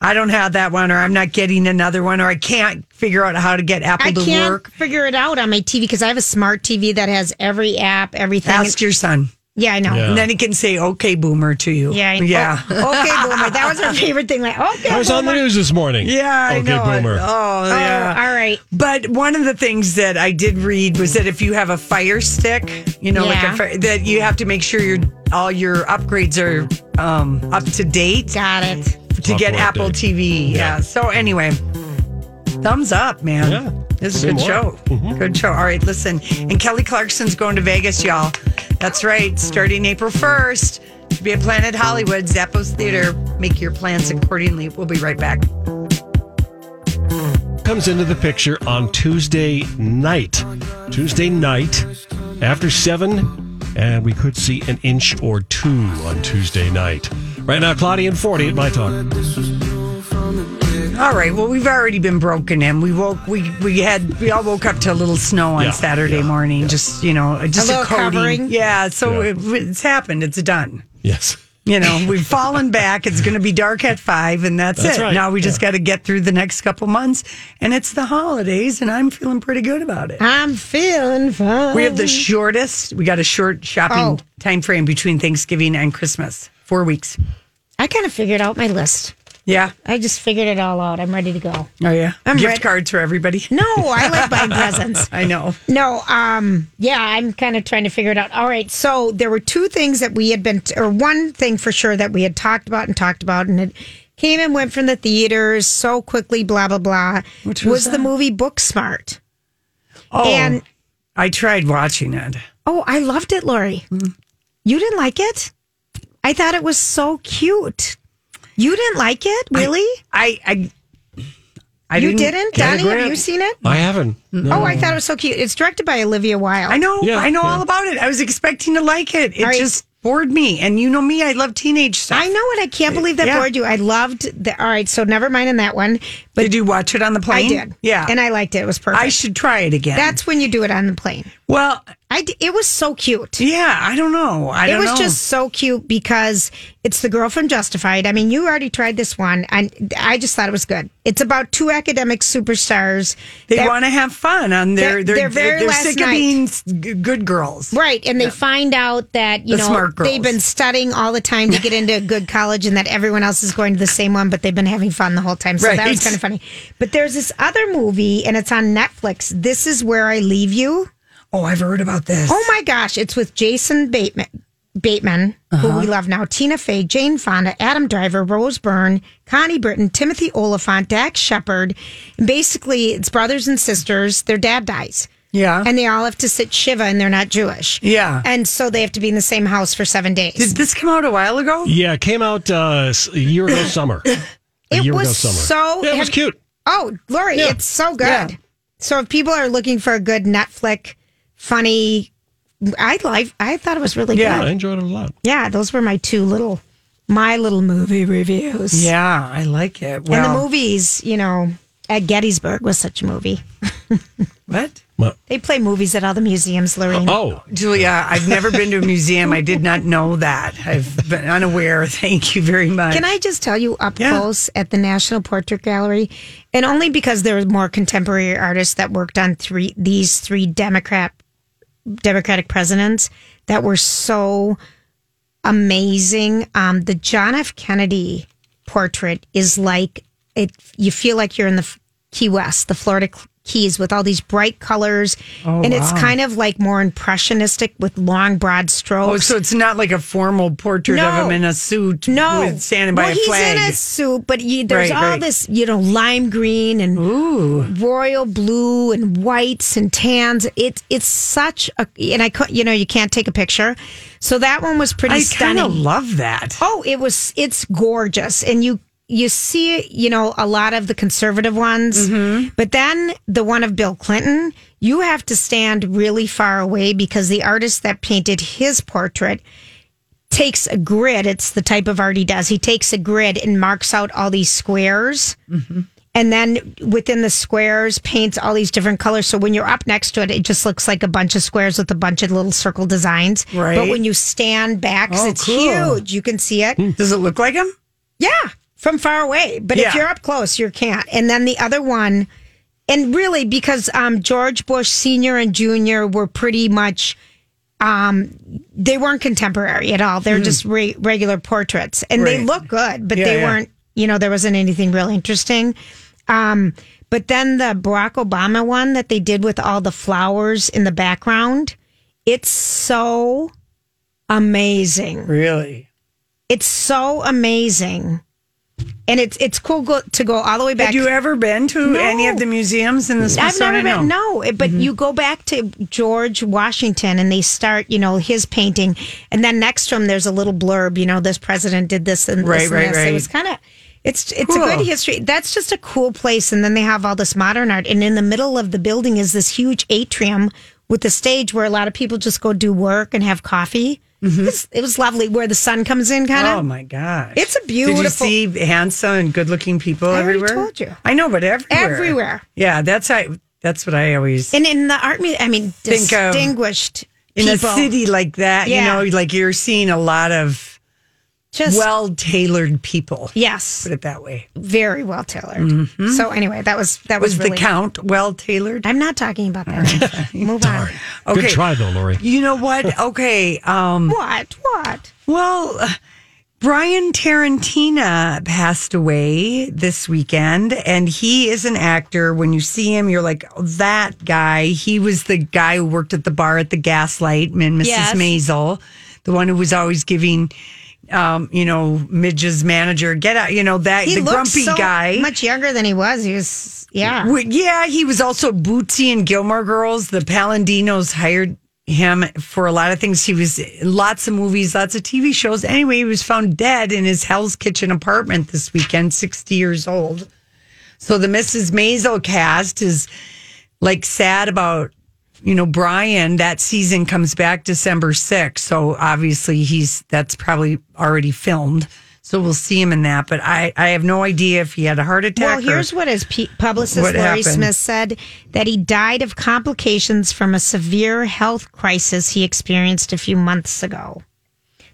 S3: I don't have that one, or I'm not getting another one, or I can't figure out how to get Apple
S2: I
S3: to
S2: can't
S3: work.
S2: figure it out on my TV because I have a smart TV that has every app, everything.
S3: Ask your son.
S2: yeah, I know.
S1: Yeah.
S2: Yeah,
S3: And then he can say, okay, boomer to you.
S2: I know.
S3: Yeah.
S2: Oh, okay, boomer. That was our favorite thing. Like, okay,
S1: I was on the
S2: Boomer.
S1: news this morning.
S3: Yeah, I
S1: okay,
S3: know.
S1: boomer.
S3: Oh,
S2: Oh,
S3: yeah.
S2: all right.
S3: But one of the things that I did read was that if you have a fire stick, you know, like
S2: Yeah.
S3: a fire, that you have to make sure your all your upgrades are um, up to date
S2: Got it.
S3: to get
S1: Software
S3: Apple
S1: update.
S3: TV. Yeah.
S1: Yeah.
S3: So anyway, thumbs up, man.
S1: Yeah.
S3: This is
S1: See
S3: a good
S1: more. Mm-hmm.
S3: show. Good show. All right, listen. And Kelly Clarkson's going to Vegas, y'all. That's right. Starting April 1st to be at Planet Hollywood, Zappos Theater. Make your plans accordingly. We'll be right back.
S1: comes into the picture on Tuesday night. Tuesday night after 7, and we could see an inch or two on Tuesday night. Right now, Claudia and 40 at my talk.
S3: All right. Well, we've already been broken in. We woke. We we had. We all woke up to a little snow on
S1: Yeah,
S3: Saturday
S1: yeah,
S3: morning. Just you know, just
S2: A
S3: a,
S2: little
S3: coating.
S2: covering.
S3: Yeah. So
S1: Yeah.
S3: It, it's happened. It's done.
S1: Yes.
S3: You know, we've fallen back. It's going to be dark at five, and that's,
S1: That's
S3: it.
S1: right,
S3: Now we just
S1: yeah.
S3: got to get through the next couple months, and it's the holidays, and I'm feeling pretty good about it.
S2: I'm feeling fine.
S3: We have the shortest. We got a short shopping
S2: Oh.
S3: time frame between Thanksgiving and Christmas. Four weeks.
S2: I kind of figured out my list.
S3: Yeah.
S2: I just figured it all out. I'm ready to go.
S3: Oh yeah.
S2: I'm
S3: Gift
S2: ready.
S3: cards for everybody.
S2: No, I like buying presents.
S3: I know.
S2: No, um, yeah, I'm kind of trying to figure it out. All right, so there were two things that we had been, or one thing for sure that we had talked about and talked about, and it came and went from the theaters so quickly, blah blah blah.
S3: Which was
S2: the
S3: that?
S2: movie Booksmart?
S3: Oh,
S2: And
S3: I tried watching it.
S2: oh, I loved it, Lori.
S3: Mm-hmm.
S2: You didn't like it? I thought it was so cute. You didn't like it, really?
S3: I I I
S2: you didn't,
S3: get a
S2: Donnie? Have
S3: grip.
S2: you seen it?
S1: I haven't.
S2: Oh, I thought it was so cute. It's directed by Olivia Wilde.
S3: I know,
S1: Yeah,
S3: I know
S1: yeah.
S3: all about it. I was expecting to like it. It
S2: All right.
S3: just bored me. And you know me, I love teenage stuff.
S2: I know it. I can't believe that
S3: Yeah.
S2: bored you. I loved the. All right, so never mind on that one. But
S3: did you watch it on the plane?
S2: I did.
S3: Yeah.
S2: and I liked it. It was perfect.
S3: I should try it again.
S2: That's when you do it on the plane.
S3: well,
S2: I. d- It was so cute.
S3: yeah, I don't know. I
S2: It
S3: don't
S2: was
S3: know.
S2: just so cute because it's the girl from Justified. I mean, you already tried this one, and I just thought it was good. It's about two academic superstars.
S3: they
S2: that-
S3: want to have fun on
S2: Their-
S3: their they're,
S2: their very
S3: they're
S2: last
S3: sick
S2: night.
S3: of being s- g- good girls.
S2: Right, and they find out that you
S3: The
S2: know
S3: smart girls.
S2: they've been studying all the time to get into a good college, and that everyone else is going to the same one, but they've been having fun the whole time. So that was
S3: Right.
S2: kind of funny. But there's this other movie, and it's on Netflix. This is where I leave you.
S3: Oh, I've heard about this.
S2: Oh my gosh, it's with Jason Bateman, Bateman, who we love now, Tina Fey, Jane Fonda, Adam Driver, Rose Byrne, Connie Britton, Timothy Oliphant, Dax Shepard. And basically, it's brothers and sisters. Their dad dies.
S3: Yeah.
S2: And they all have to sit Shiva and they're not Jewish.
S3: Uh-huh. Yeah.
S2: And so they have to be in the same house for seven days.
S3: Did this come out a while ago?
S1: Yeah, it came out uh, s- a year ago summer. A
S2: It
S1: year ago
S2: was
S1: summer.
S2: so-
S1: Yeah, it was cute.
S2: oh, Lori, it's so good.
S3: Yeah.
S2: So if people are looking for a good Netflix, funny, I like, I thought it was really
S3: Yeah.
S1: Yeah, I
S2: good.
S1: enjoyed it a lot.
S2: Yeah. Those were my two little, my little movie reviews.
S3: Yeah, I like it. Well,
S2: and the movies, you know, at Gettysburg was such a movie.
S3: what?
S1: Well,
S2: They play movies at all the museums, Lorraine.
S1: oh,
S3: Julia, I've never been to a museum. I did not know that. I've been unaware. Thank you very much.
S2: Can I just tell you up
S3: Yeah.
S2: close at the National Portrait Gallery, and only because there were more contemporary artists that worked on three these three Democrat Democratic presidents that were so amazing. Um, the John F. Kennedy portrait is like it. You feel like you're in the F- Key West, the Florida Cl- Keys, with all these bright colors,
S3: Oh,
S2: and it's kind of like more impressionistic with long, broad strokes.
S3: Oh, so it's not like a formal portrait
S2: No.
S3: of him in a suit,
S2: No,
S3: with standing by
S2: well,
S3: a flag.
S2: he's in a suit, but you, there's
S3: Right,
S2: all
S3: right.
S2: this, you know, lime green and royal blue and whites and tans. It's it's such a, and I could, you know, you can't take a picture, so that one was pretty
S3: I kind of
S2: stunning.
S3: love that.
S2: oh, it was, it's gorgeous, and you you see, you know, a lot of the conservative ones,
S3: Mm-hmm.
S2: but then the one of Bill Clinton, you have to stand really far away because the artist that painted his portrait takes a
S3: Mm-hmm.
S2: grid. It's the type of art he does. He takes a grid and marks out all these squares. and then within the squares paints all these different colors. So when you're up next to it, it just looks like a bunch of squares with a bunch of little circle designs.
S3: Right.
S2: But when you stand back, 'cause
S3: Oh,
S2: it's
S3: cool. Hmm.
S2: huge, you can see it.
S3: Oh, Does it look like him?
S2: Yeah, from far away. But if
S3: Yeah.
S2: you're up close, you can't. And then the other one, and really because um, George Bush Senior and Junior were pretty much, um, they weren't contemporary at all. They're just re- regular portraits, and they
S3: Hmm. Right.
S2: look good, but
S3: Yeah,
S2: they
S3: yeah.
S2: weren't. You know, there wasn't anything real interesting. Um, but then the Barack Obama one that they did with all the flowers in the background, it's so amazing
S3: Really?
S2: it's so amazing and it's it's cool go, to go all the way back
S3: Had you ever been to
S2: No.
S3: any of the museums in the
S2: I've
S3: Smithsonian?
S2: never been. No, it-
S3: Mm-hmm.
S2: but you go back to George Washington and they start, you know, his painting, and then next to him there's a little blurb. You know, this president did this and
S3: Right,
S2: this and
S3: right,
S2: this. It
S3: right.
S2: was kind of. It's it's a
S3: Cool.
S2: good history. That's just a cool place, and then they have all this modern art. And in the middle of the building is this huge atrium with a stage where a lot of people just go do work and have coffee. It, was, it was lovely, where the sun comes in, kind of.
S3: Mm-hmm. Oh my gosh.
S2: It's a
S3: Did you
S2: beautiful-
S3: see handsome and good looking people
S2: I already
S3: everywhere?
S2: told you.
S3: I know, but everywhere.
S2: Everywhere.
S3: Yeah, that's I that's what I always
S2: And in the art museum, I mean,
S3: Think of-
S2: distinguished
S3: in
S2: people.
S3: a city like that,
S2: Yeah.
S3: you know, like you're seeing a lot of
S2: just
S3: well tailored people.
S2: yes,
S3: Put it that way.
S2: very well tailored. So anyway, that was that was,
S3: Was
S2: really.
S3: Mm-hmm. the count well tailored?
S2: I'm not talking about that. Move on.
S3: Okay.
S1: Good try, though, Lori.
S3: You know what? Okay. Um,
S2: What? What?
S3: well, uh, Brian Tarantino passed away this weekend, and he is an actor. When you see him, you're like, oh, that guy. He was the guy who worked at the bar at the Gaslight and Mrs.
S2: Yes.
S3: Maisel, the one who was always giving. Um, you know, Midge's manager, get out. You know that the
S2: looked
S3: grumpy
S2: so
S3: guy.
S2: much younger than he was. He was yeah.
S3: Well, yeah, he was also Bootsy and Gilmore Girls. The Palandinos hired him for a lot of things. He was lots of movies, lots of TV shows. Anyway, he was found dead in his Hell's Kitchen apartment this weekend, 60 years old. So the Mrs. Maisel cast is like sad about, you know, Brian. That season comes back December 6th. So obviously he's, that's probably already filmed. So we'll see him in that. But I, I have no idea if he had a heart attack.
S2: Well,
S3: or-
S2: here's what his pe- publicist
S3: What
S2: Larry
S3: happened?
S2: Smith said that he died of complications from a severe health crisis he experienced a few months ago.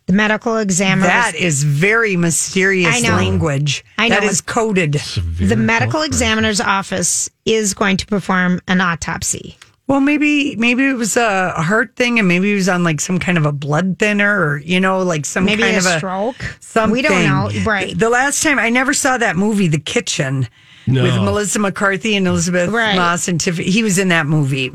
S2: The medical examiner was-
S3: That is very mysterious
S2: I know.
S3: language.
S2: I
S3: That
S2: know.
S3: is coded.
S2: the medical examiner's office is going to perform an autopsy.
S3: Well, maybe maybe it was a heart thing, and maybe he was on like some kind of a blood thinner, or you know, like some
S2: Maybe
S3: kind
S2: a
S3: of
S2: stroke?
S3: Something.
S2: We don't know. Right.
S3: The last time I never saw that movie, The Kitchen, with Melissa McCarthy and Elizabeth
S2: Right.
S3: Moss and Tiffany. He was in that movie.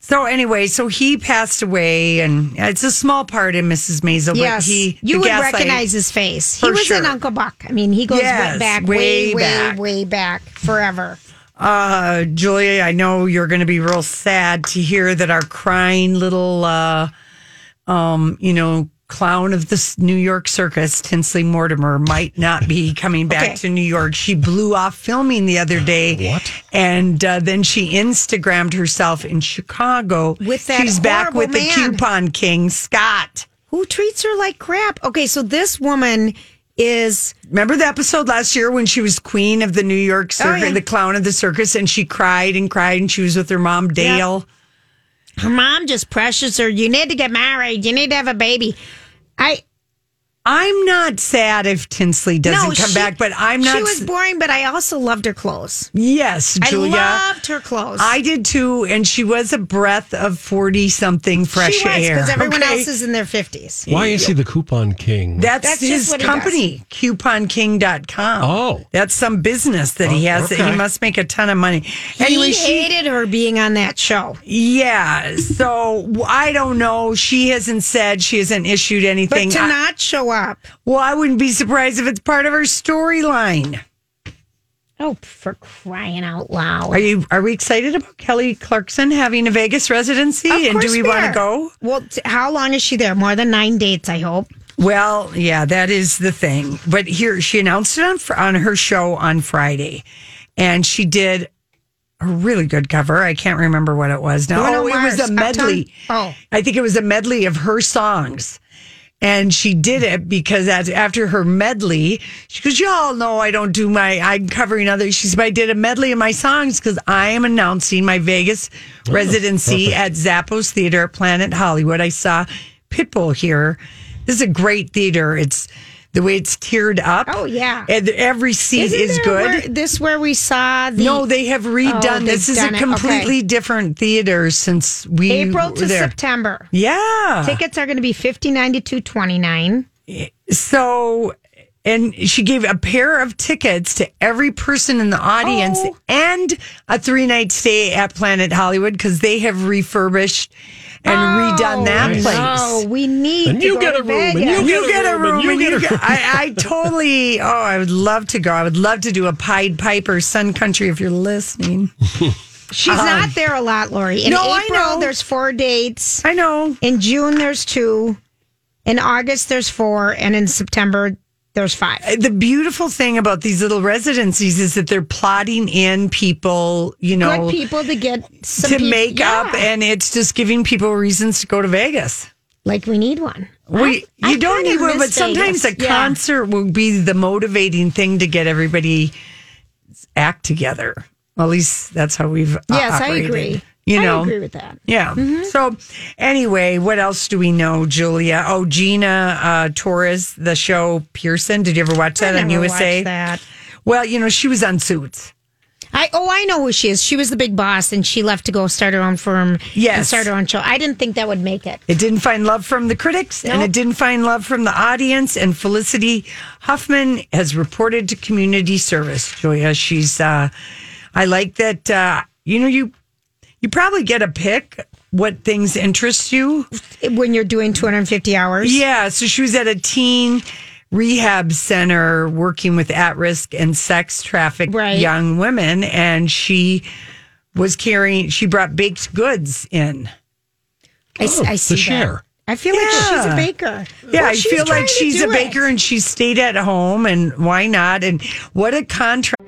S3: So anyway, so he passed away, and it's a small part in Mrs. Maisel.
S2: Yes,
S3: but he
S2: you
S3: the
S2: would
S3: Gaslight-
S2: recognize his face. He
S3: For
S2: was in
S3: sure.
S2: Uncle Buck. I mean, he goes way
S3: Yes,
S2: back, way,
S3: way
S2: way,
S3: back.
S2: way back, forever.
S3: Uh, Julia, I know you're going to be real sad to hear that our crying little, uh, um, you know, clown of this New York circus, Tinsley Mortimer, might not be coming back
S2: Okay.
S3: to New York. She blew off filming the other day. What? And uh, then she Instagrammed herself in Chicago.
S2: With that
S3: She's back
S2: horrible
S3: with the
S2: man.
S3: coupon king, Scott.
S2: Who treats her like crap? Okay, so this woman is
S3: Remember the episode last year when she was queen of the New York circus,
S2: Oh, yeah.
S3: the clown of the circus, and she cried and cried, and she was with her mom, Dale.
S2: her mom just pressures her. You need to get married. You need to have a baby. I
S3: I'm not sad if Tinsley doesn't
S2: no,
S3: come
S2: she-
S3: back, but I'm not.
S2: She was
S3: s-
S2: boring, but I also loved her clothes.
S3: yes, Julia.
S2: I loved her clothes.
S3: I did too, and she was a breath of forty something fresh
S2: she was
S3: air.
S2: because everyone
S3: okay?
S2: else is in their fifties.
S1: Why is he the coupon king?
S3: That's,
S2: That's just
S3: his
S2: what he does.
S3: company, couponking.com.
S1: Oh.
S3: That's some business that he
S1: Oh,
S3: has that
S1: okay.
S3: he must make a ton of money.
S2: he hated her being on that show.
S3: yeah. So I don't know. She hasn't said she hasn't issued
S2: But
S3: anything.
S2: to
S3: I-
S2: not show up.
S3: well, I wouldn't be surprised if it's part of her storyline.
S2: Oh, for crying out loud.
S3: Are you are we excited about Kelly Clarkson having a Vegas residency?
S2: Of
S3: and do
S2: course
S3: we want to
S2: are.
S3: go?
S2: Well, t- how long is she there? More than nine dates, I hope.
S3: Well, yeah, that is the thing. But here she announced it on fr- on her show on Friday, and she did a really good cover. I can't remember what it was now.
S2: Bruno
S3: oh, it was
S2: Mars,
S3: a medley.
S2: Uptown- oh.
S3: I think it was a medley of her songs. And she did it because that's after her medley, she goes, Y'all know I don't do my, I'm covering other. She said, "But I did a medley of my songs because I am announcing my Vegas residency at Zappos Theater at Planet Hollywood. I saw Pitbull here. This is a great theater. It's the way it's tiered up.
S2: Oh, yeah.
S3: And every seat
S2: Isn't
S3: is
S2: there
S3: good.
S2: where- this where we saw the
S3: No, they have redone.
S2: Oh,
S3: this
S2: they've
S3: is
S2: done
S3: a
S2: it.
S3: completely different theater since we
S2: April
S3: were
S2: to
S3: there.
S2: September.
S3: Yeah.
S2: Tickets are going to be fifty nine to two twenty nine.
S3: so, and she gave a pair of tickets to every person in the audience
S2: Oh.
S3: and a three night stay at Planet Hollywood because they have refurbished and redone that
S1: Nice.
S3: place.
S2: Oh, we need.
S1: And
S2: to
S1: you
S2: go
S1: get
S2: to
S1: a room, and
S2: Vegas.
S3: You, get a room, and you,
S1: get a room.
S3: get- I, I totally. Oh, I would love to go. I would love to do a Pied Piper Sun Country if you're listening.
S2: She's not there a lot, Lori. In
S3: No, I
S2: April,
S3: know.
S2: there's four dates.
S3: I know.
S2: In June, there's two. In August, there's four, and in September, there's five.
S3: the beautiful thing about these little residencies is that they're plotting in people, you know,
S2: Good people to get some
S3: to
S2: peop-
S3: make up,
S2: Yeah.
S3: and it's just giving people reasons to go to Vegas.
S2: like we need one.
S3: We,
S2: I-
S3: you
S2: I
S3: don't
S2: kinda
S3: need
S2: miss
S3: one, but sometimes
S2: Vegas.
S3: a
S2: Yeah.
S3: concert will be the motivating thing to get everybody act together. Well, at least that's how we've uh,
S2: Yes, I
S3: operated,
S2: agree.
S3: You
S2: I
S3: know,
S2: agree with Mm-hmm. that.
S3: Yeah. So, anyway, what else do we know, Julia? Oh, Gina uh, Torres, the show Pearson. Did you ever watch that
S2: I
S3: on
S2: never
S3: USA?
S2: watched that.
S3: Well, you know, she was on Suits.
S2: I oh I know who she is. She was the big boss, and she left to go start her own firm. and
S3: Yes.
S2: start her own show. I didn't think that would make it.
S3: It didn't find love from the critics and it didn't find love from the audience. And Felicity Huffman has reported to community service. Julia, she's, uh, I like that, uh, you know, you, you probably get a pick what things interest you.
S2: When you're doing 250 hours,
S3: Yeah. So she was at a teen rehab center working with at risk and sex trafficked
S2: Right.
S3: young women. And she was carrying, she brought baked goods in.
S2: I, s-
S1: Oh,
S2: I
S1: to
S2: see that.
S1: share.
S2: I feel like she's a
S3: Yeah.
S2: baker.
S3: Yeah,
S2: Well,
S3: I feel
S2: trying
S3: like
S2: to
S3: she's
S2: do
S3: a
S2: it.
S3: baker and she stayed at home and why not? And what a contract.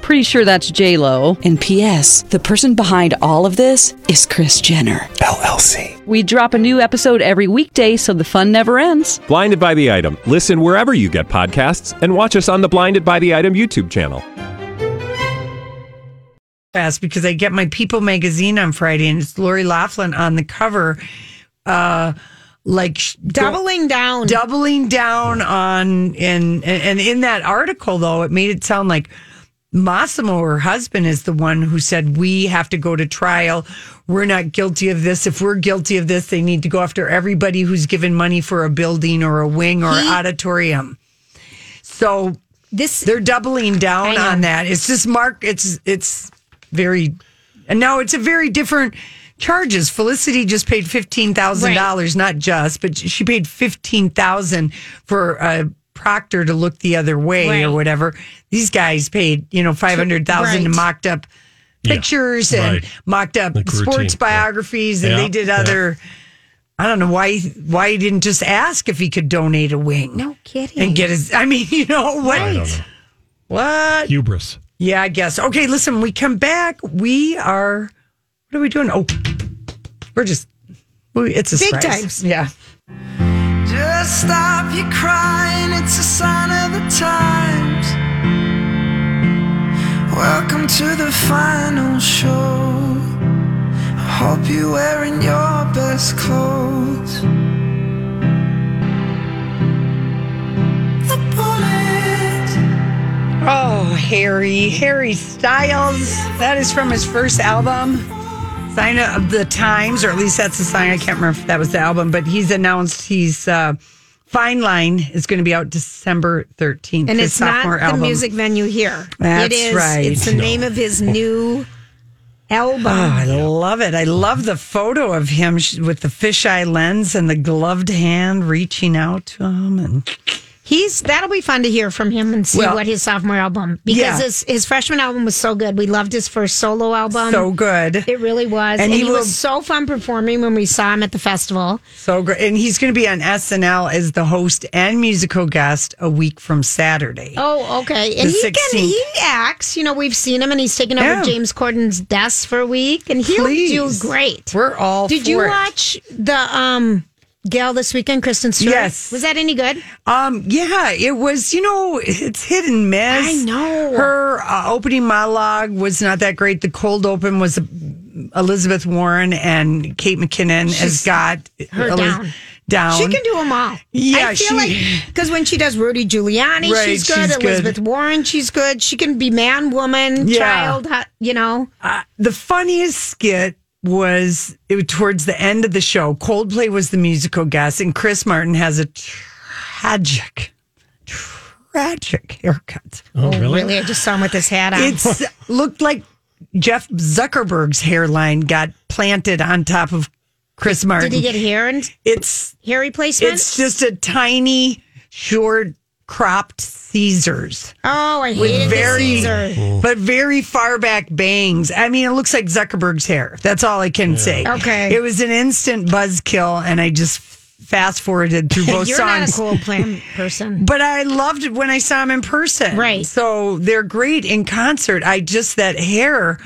S6: Pretty sure that's J Lo. And P.S. The person behind all of this is Chris Jenner LLC. We drop a new episode every weekday, so the fun never ends.
S7: Blinded by the Item. Listen wherever you get podcasts and watch us on the Blinded by the Item YouTube channel.
S3: Fast because I get my People magazine on Friday and it's Lori Laughlin on the cover, uh, like sh-
S2: doubling down.
S3: doubling down on and and in that article though it made it sound like Massimo, her husband, is the one who said we have to go to trial. We're not guilty of this. If we're guilty of this, they need to go after everybody who's given money for a building or a wing or auditorium. So
S2: this
S3: they're doubling down
S2: know.
S3: on that. It's just mark. It's it's very and now it's a very different charges. Felicity just paid fifteen thousand dollars, not just, but she paid fifteen thousand for a proctor to look the other way
S2: Right.
S3: or whatever. These guys paid you know five hundred thousand
S2: Right.
S3: and mocked up. Pictures and
S1: right.
S3: mocked up
S1: Like routine,
S3: sports
S1: yeah.
S3: biographies, and
S1: Yeah,
S3: they did
S1: yeah.
S3: other. I don't know why why he didn't just ask if he could donate a wing
S2: no kidding.
S3: and get his. I mean, you know what?
S1: I don't know.
S3: What?
S1: Hubris.
S3: Yeah, I guess. Okay, listen, we come back. We are, what are we doing? Oh, we're just, we, it's a
S2: Big
S3: surprise. Yeah.
S4: Just stop your crying, it's a sign of the times. Welcome to the final show. I hope you're wearing your best clothes. The bullet.
S3: Oh, Harry, Harry Styles. That is from his first album, Sign of the Times, or at least that's the sign. I can't remember if that was the album, but he's announced he's, uh, Fine Line is going to be out December 13th.
S2: and
S3: his
S2: it's not
S3: sophomore
S2: the
S3: album.
S2: music venue here.
S3: That's
S2: it is,
S3: right.
S2: It's the name of his new album.
S3: Oh, I love it. I love the photo of him sh- with the fisheye lens and the gloved hand reaching out to him. And
S2: He's that'll be fun to hear from him and see
S3: Well-
S2: what his sophomore album because
S3: Yeah.
S2: his his freshman album was so good. We loved his first solo album.
S3: so good.
S2: um, It really was, and,
S3: And he
S2: he,
S3: will-
S2: was so fun performing when we saw him at the festival.
S3: So great. And he's going to be on SNL as the host and musical guest a week from Saturday.
S2: Oh, okay. And
S3: The
S2: he can
S3: 16th.
S2: he acts. You know, we've seen him, and he's taken over
S3: Yeah.
S2: James Corden's desk for a week, and he'll
S3: Please.
S2: do great.
S3: We're all
S2: Did
S3: for
S2: you
S3: it.
S2: watch the um Gail this weekend? Kristen Stewart.
S3: Yes.
S2: Was that any good?
S3: Um, yeah, it was, you know, it's hit and miss.
S2: I know.
S3: Her uh, opening monologue was not that great. The cold open was Elizabeth Warren and Kate McKinnon has got
S2: her down.
S3: down.
S2: She can do them all.
S3: Oh, Yeah,
S2: I feel
S3: she-
S2: like because when she does Rudy Giuliani,
S3: Right,
S2: she's good.
S3: she's good.
S2: Elizabeth Warren, she's good. She can be man, woman,
S3: Yeah.
S2: child. hu- You know,
S3: Uh, the funniest skit was it was towards the end of the show. Coldplay was the musical guest, and Chris Martin has a tragic, tragic haircut.
S1: Oh, really?
S2: I just saw him with his hat on.
S3: It's looked like Jeff Zuckerberg's hairline got planted on top of Chris Martin.
S2: Did he get hair and
S3: it's
S2: hair replacement?
S3: it's just a tiny, short, cropped Caesars.
S2: oh, I hated
S3: very-
S2: the Caesar.
S3: but very far back bangs. I mean, it looks like Zuckerberg's hair. That's all I can say.
S2: Okay.
S3: It was an instant buzzkill, and I just fast forwarded through both
S2: You're
S3: songs.
S2: not a Coldplay person.
S3: but I loved it when I saw him in person.
S2: Right.
S3: So they're great in concert. I just, that hair,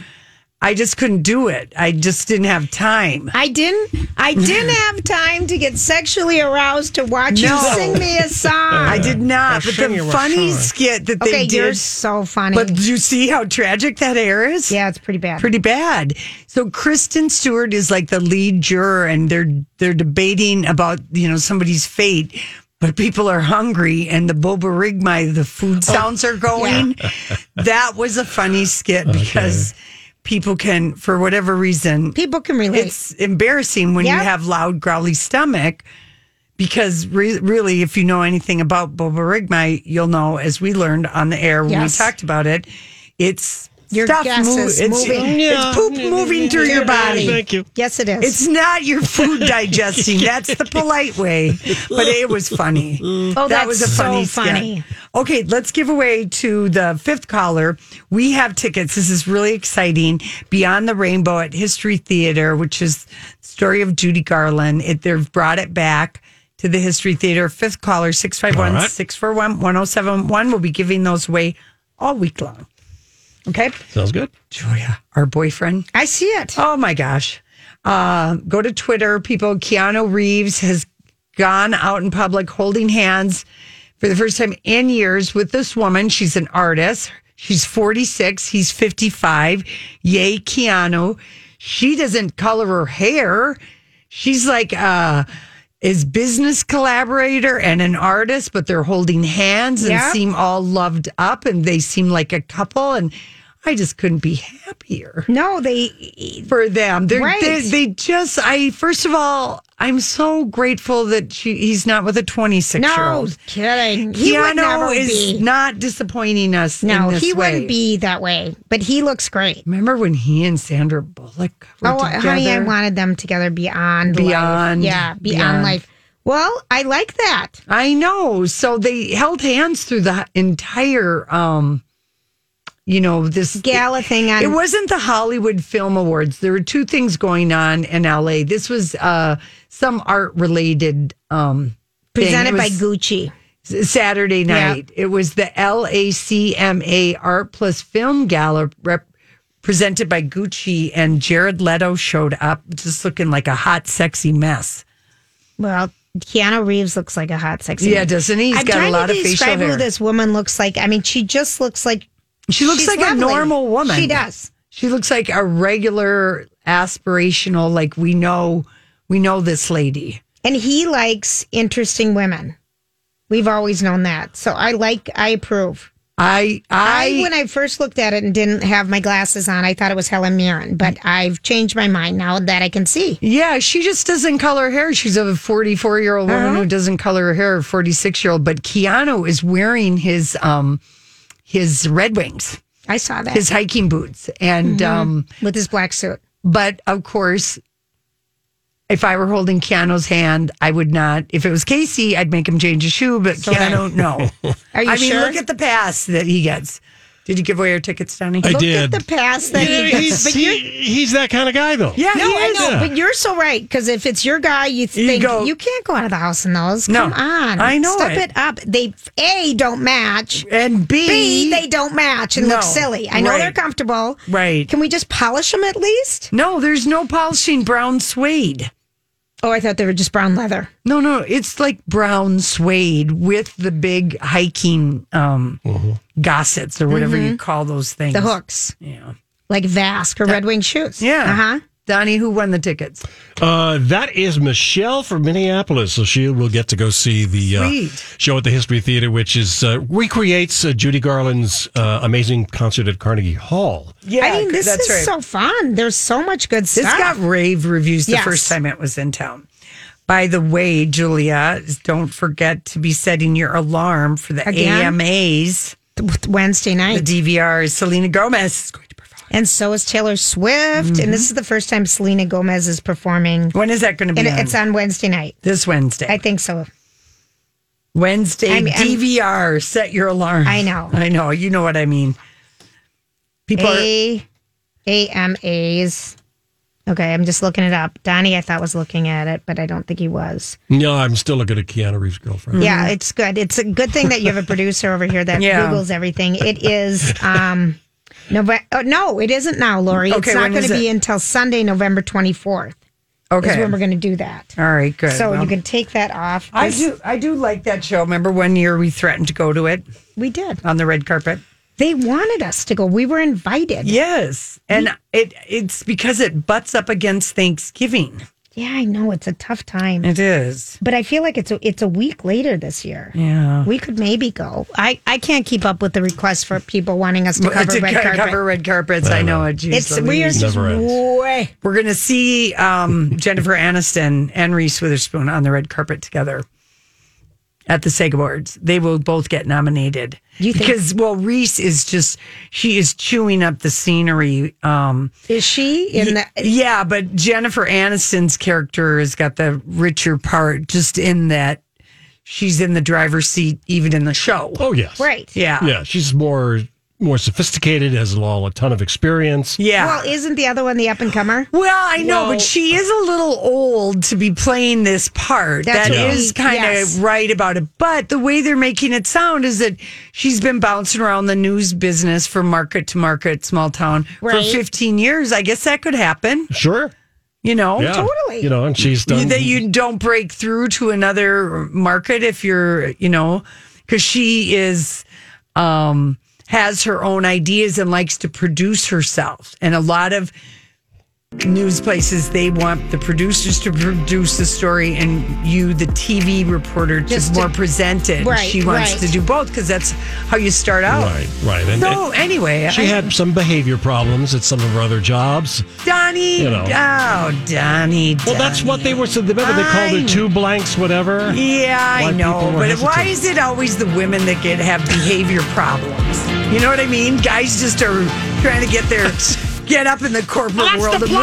S3: I just couldn't do it. I just didn't have time.
S2: I didn't. I didn't have time to get sexually aroused to watch
S3: No.
S2: you sing me a song.
S3: I did not.
S1: I
S3: But
S1: sing you
S3: the
S1: a
S3: funny
S1: song.
S3: skit that
S2: Okay,
S3: they
S2: you're
S3: did.
S2: so funny.
S3: But do you see how tragic that hair is?
S2: yeah, it's pretty bad.
S3: pretty bad. So Kristen Stewart is like the lead juror, and they're they're debating about you know somebody's fate. But people are hungry, and the boba rigmy, the food sounds are going. that was a funny skit because people can, for whatever reason,
S2: People can relate.
S3: it's embarrassing when
S2: Yeah.
S3: you have loud, growly stomach. Because re- really, if you know anything about boba rigmy, you'll know, as we learned on the air when
S2: Yes.
S3: we talked about it, it's
S2: Your
S3: stuff
S2: gas
S3: mo-
S2: is
S3: it's,
S2: moving.
S3: it's poop moving through your body.
S1: Thank you.
S2: yes, it is.
S3: It's not your food digesting. That's the polite way. But it was funny.
S2: Oh,
S3: that
S2: that's
S3: was a
S2: so
S3: funny skit.
S2: funny.
S3: Okay, let's give away to the fifth caller. We have tickets. This is really exciting. Beyond the Rainbow at History Theater, which is the story of Judy Garland. It, they've brought it back to the History Theater. Fifth caller, 651 641 1071. We'll be giving those away all week long. Okay.
S1: Sounds good.
S3: Julia, our boyfriend.
S2: I see it.
S3: Oh my gosh. Uh, go to Twitter, people. Keanu Reeves has gone out in public holding hands for the first time in years with this woman. She's an artist. She's 46. He's 55. Yay, Keanu. She doesn't color her hair. She's like, uh, is business collaborator and an artist, but they're holding hands and
S2: Yeah.
S3: seem all loved up and they seem like a couple. And I just couldn't be happier
S2: No, they
S3: for them. They're,
S2: Right.
S3: they they just I first of all I'm so grateful that she, he's not with a 26 year
S2: No
S3: old.
S2: kidding. He would never
S3: Keanu is
S2: be.
S3: not disappointing us.
S2: no,
S3: in this
S2: he
S3: way.
S2: wouldn't be that way. But he looks great.
S3: Remember when he and Sandra Bullock were
S2: Oh,
S3: together?
S2: honey, I wanted them together beyond
S3: Beyond,
S2: life. yeah, beyond,
S3: beyond.
S2: life. Well, I like that.
S3: I know. So they held hands through the entire, um, you know, this
S2: Gala thing on-
S3: It wasn't the Hollywood Film Awards. There were two things going on in LA. This was uh, some art related. Um, thing.
S2: Presented
S3: It
S2: by
S3: was-
S2: Gucci.
S3: Saturday night. It was the LACMA Art Plus Film Gala rep- presented by Gucci, and Jared Leto showed up just looking like a hot, sexy mess.
S2: Well, Keanu Reeves looks like a hot, sexy.
S3: Yeah,
S2: man.
S3: doesn't he? He's
S2: I'm
S3: got a
S2: trying
S3: lot
S2: to
S3: of facial
S2: describe who
S3: hair.
S2: this woman looks like. I mean, she just looks like
S3: She looks
S2: she's
S3: like
S2: lovely.
S3: a normal woman.
S2: She does.
S3: She looks like a regular aspirational, like we know, we know this lady.
S2: and he likes interesting women. We've always known that. So I like, I approve.
S3: I,
S2: I,
S3: I,
S2: when I first looked at it and didn't have my glasses on, I thought it was Helen Mirren, but I've changed my mind now that I can see.
S3: yeah, she just doesn't color her hair. She's a 44 year old woman
S2: Uh-huh.
S3: who doesn't color her hair, 46 year old. But Keanu is wearing his, um, his Red Wings,
S2: I saw that
S3: his
S2: Mm-hmm.
S3: hiking boots. And, um,
S2: with his black suit.
S3: but of course, if I were holding Keanu's hand, I would not. If it was Casey, I'd make him change his shoe, but Keanu, no.
S2: Are you
S3: I mean,
S2: sure?
S3: look at the pass that he gets. Did you give away your tickets, Donnie?
S1: I
S2: Look
S1: did.
S2: at the pass that
S1: Yeah,
S2: he
S1: he's,
S2: gets. But you're,
S1: he- he's that kind of guy, though.
S3: yeah,
S2: no,
S3: he
S2: I
S3: is.
S2: know. But you're so right because if it's your guy, you think you,
S3: go-
S2: can't go out of the house in those.
S3: No.
S2: Come on,
S3: I know
S2: Step
S3: it.
S2: it. up. They a don't match.
S3: And B,
S2: B they don't match and
S3: No.
S2: look silly. I know
S3: Right.
S2: they're comfortable.
S3: Right.
S2: Can we just polish them at least?
S3: no, there's no polishing brown suede.
S2: Oh, I thought they were just brown leather.
S3: No, no, it's like brown suede with the big hiking um, gossets or whatever you call those things.
S2: Mm-hmm. The hooks. Yeah. Like Vask or Red Wing shoes.
S3: Yeah.
S2: Uh huh.
S3: Donnie, who won the tickets?
S1: Uh, that is Michelle from Minneapolis, so she will get to go see the uh,
S3: Sweet.
S1: show at the History Theater, which is uh, recreates uh, Judy Garland's uh, amazing concert at Carnegie Hall.
S3: Yeah,
S2: I mean, this is so fun. There's so much good
S3: This
S2: stuff.
S3: got rave reviews the
S2: Yes.
S3: first time it was in town. By the way, Julia, don't forget to be setting your alarm for the
S2: Again?
S3: AMAs.
S2: Wednesday
S3: The
S2: night.
S3: DVR is Selena Gomez. is going to perform.
S2: and so is Taylor Swift.
S3: Mm-hmm.
S2: And this is the first time Selena Gomez is performing.
S3: When is that going to be?
S2: And
S3: on?
S2: it's on Wednesday night.
S3: this Wednesday.
S2: I think so.
S3: Wednesday
S2: I'm- I'm-
S3: DVR. set your alarm.
S2: I know.
S3: I know. You know what I mean. People are
S2: A A M A's. Okay, I'm just looking it up. Donnie, I thought was looking at it, but I don't think he was.
S1: No, I'm still looking at Keanu Reeves' girlfriend.
S2: Yeah, it's good. It's a good thing that you have a producer over here that
S3: Mm-hmm. Yeah.
S2: googles everything. It is um November. Oh, no, it isn't now, Lori.
S3: Okay,
S2: it's not
S3: when
S2: going
S3: is
S2: to be
S3: it?
S2: until Sunday, November 24th. Is
S3: okay.
S2: when we're going to do that.
S3: All right, good.
S2: So
S3: Well,
S2: you can take that off.
S3: I
S2: This-
S3: do. I do like that show. Remember one year we threatened to go to it
S2: We did.
S3: on the red carpet.
S2: They wanted us to go. We were invited.
S3: Yes, and it it's because it butts up against Thanksgiving.
S2: Yeah, I know it's a tough time,
S3: It is.
S2: but I feel like it's a, it's a week later this year.
S3: Yeah.
S2: We could maybe go. I, I can't keep up with the requests for people wanting us to cover red carpet.
S3: cover red carpets. I know it. geez
S2: it's we are
S3: Louise.
S2: just
S1: Never ends.
S2: way.
S3: We're going to see um, Jennifer Aniston and Reese Witherspoon on the red carpet together at the SAG Awards. They will both get nominated.
S2: You think-
S3: Because, well, Reese is just, she is chewing up the scenery. Um,
S2: Is she in the?
S3: yeah, but Jennifer Aniston's character has got the richer part just in that she's in the driver's seat, even in the show.
S1: Oh yes,
S2: Right.
S3: Yeah.
S1: Yeah, she's more more sophisticated, has all a ton of experience.
S3: Yeah.
S2: Well, isn't the other one the up and comer?
S3: Well, I know,
S1: Well-
S3: but she is a little old to be playing this part.
S2: That's
S3: That's
S2: what we-
S3: kind of
S2: yes.
S3: right about it. But the way they're making it sound is that she's been bouncing around the news business from market to market, small town
S2: Right.
S3: for 15 years. I guess that could happen,
S1: Sure.
S3: you know?
S1: Yeah.
S2: Totally.
S1: You know, and she's done.
S3: That you don't break through to another market if you're, you know, because she is, um, has her own ideas and likes to produce herself. And a lot of news places, they want the producers to produce the story and you, the TV reporter, to
S2: Just to-
S3: more present it.
S2: Right,
S3: she wants
S2: right.
S3: to do both because that's how you start out.
S1: right, right, and.
S3: So, anyway,
S1: and she
S3: I-
S1: had some behavior problems at some of her other jobs.
S3: Donnie.
S1: you know.
S3: Oh, Donnie.
S1: Well, that's what they were. So remember, they called
S3: I-
S1: it two blanks, whatever.
S3: Yeah, I
S1: Why people
S3: know.
S1: were
S3: But why
S1: hesitant.
S3: is it always the women that get have behavior problems? You know what I mean? Guys just are trying to get their get up in the corporate world. and women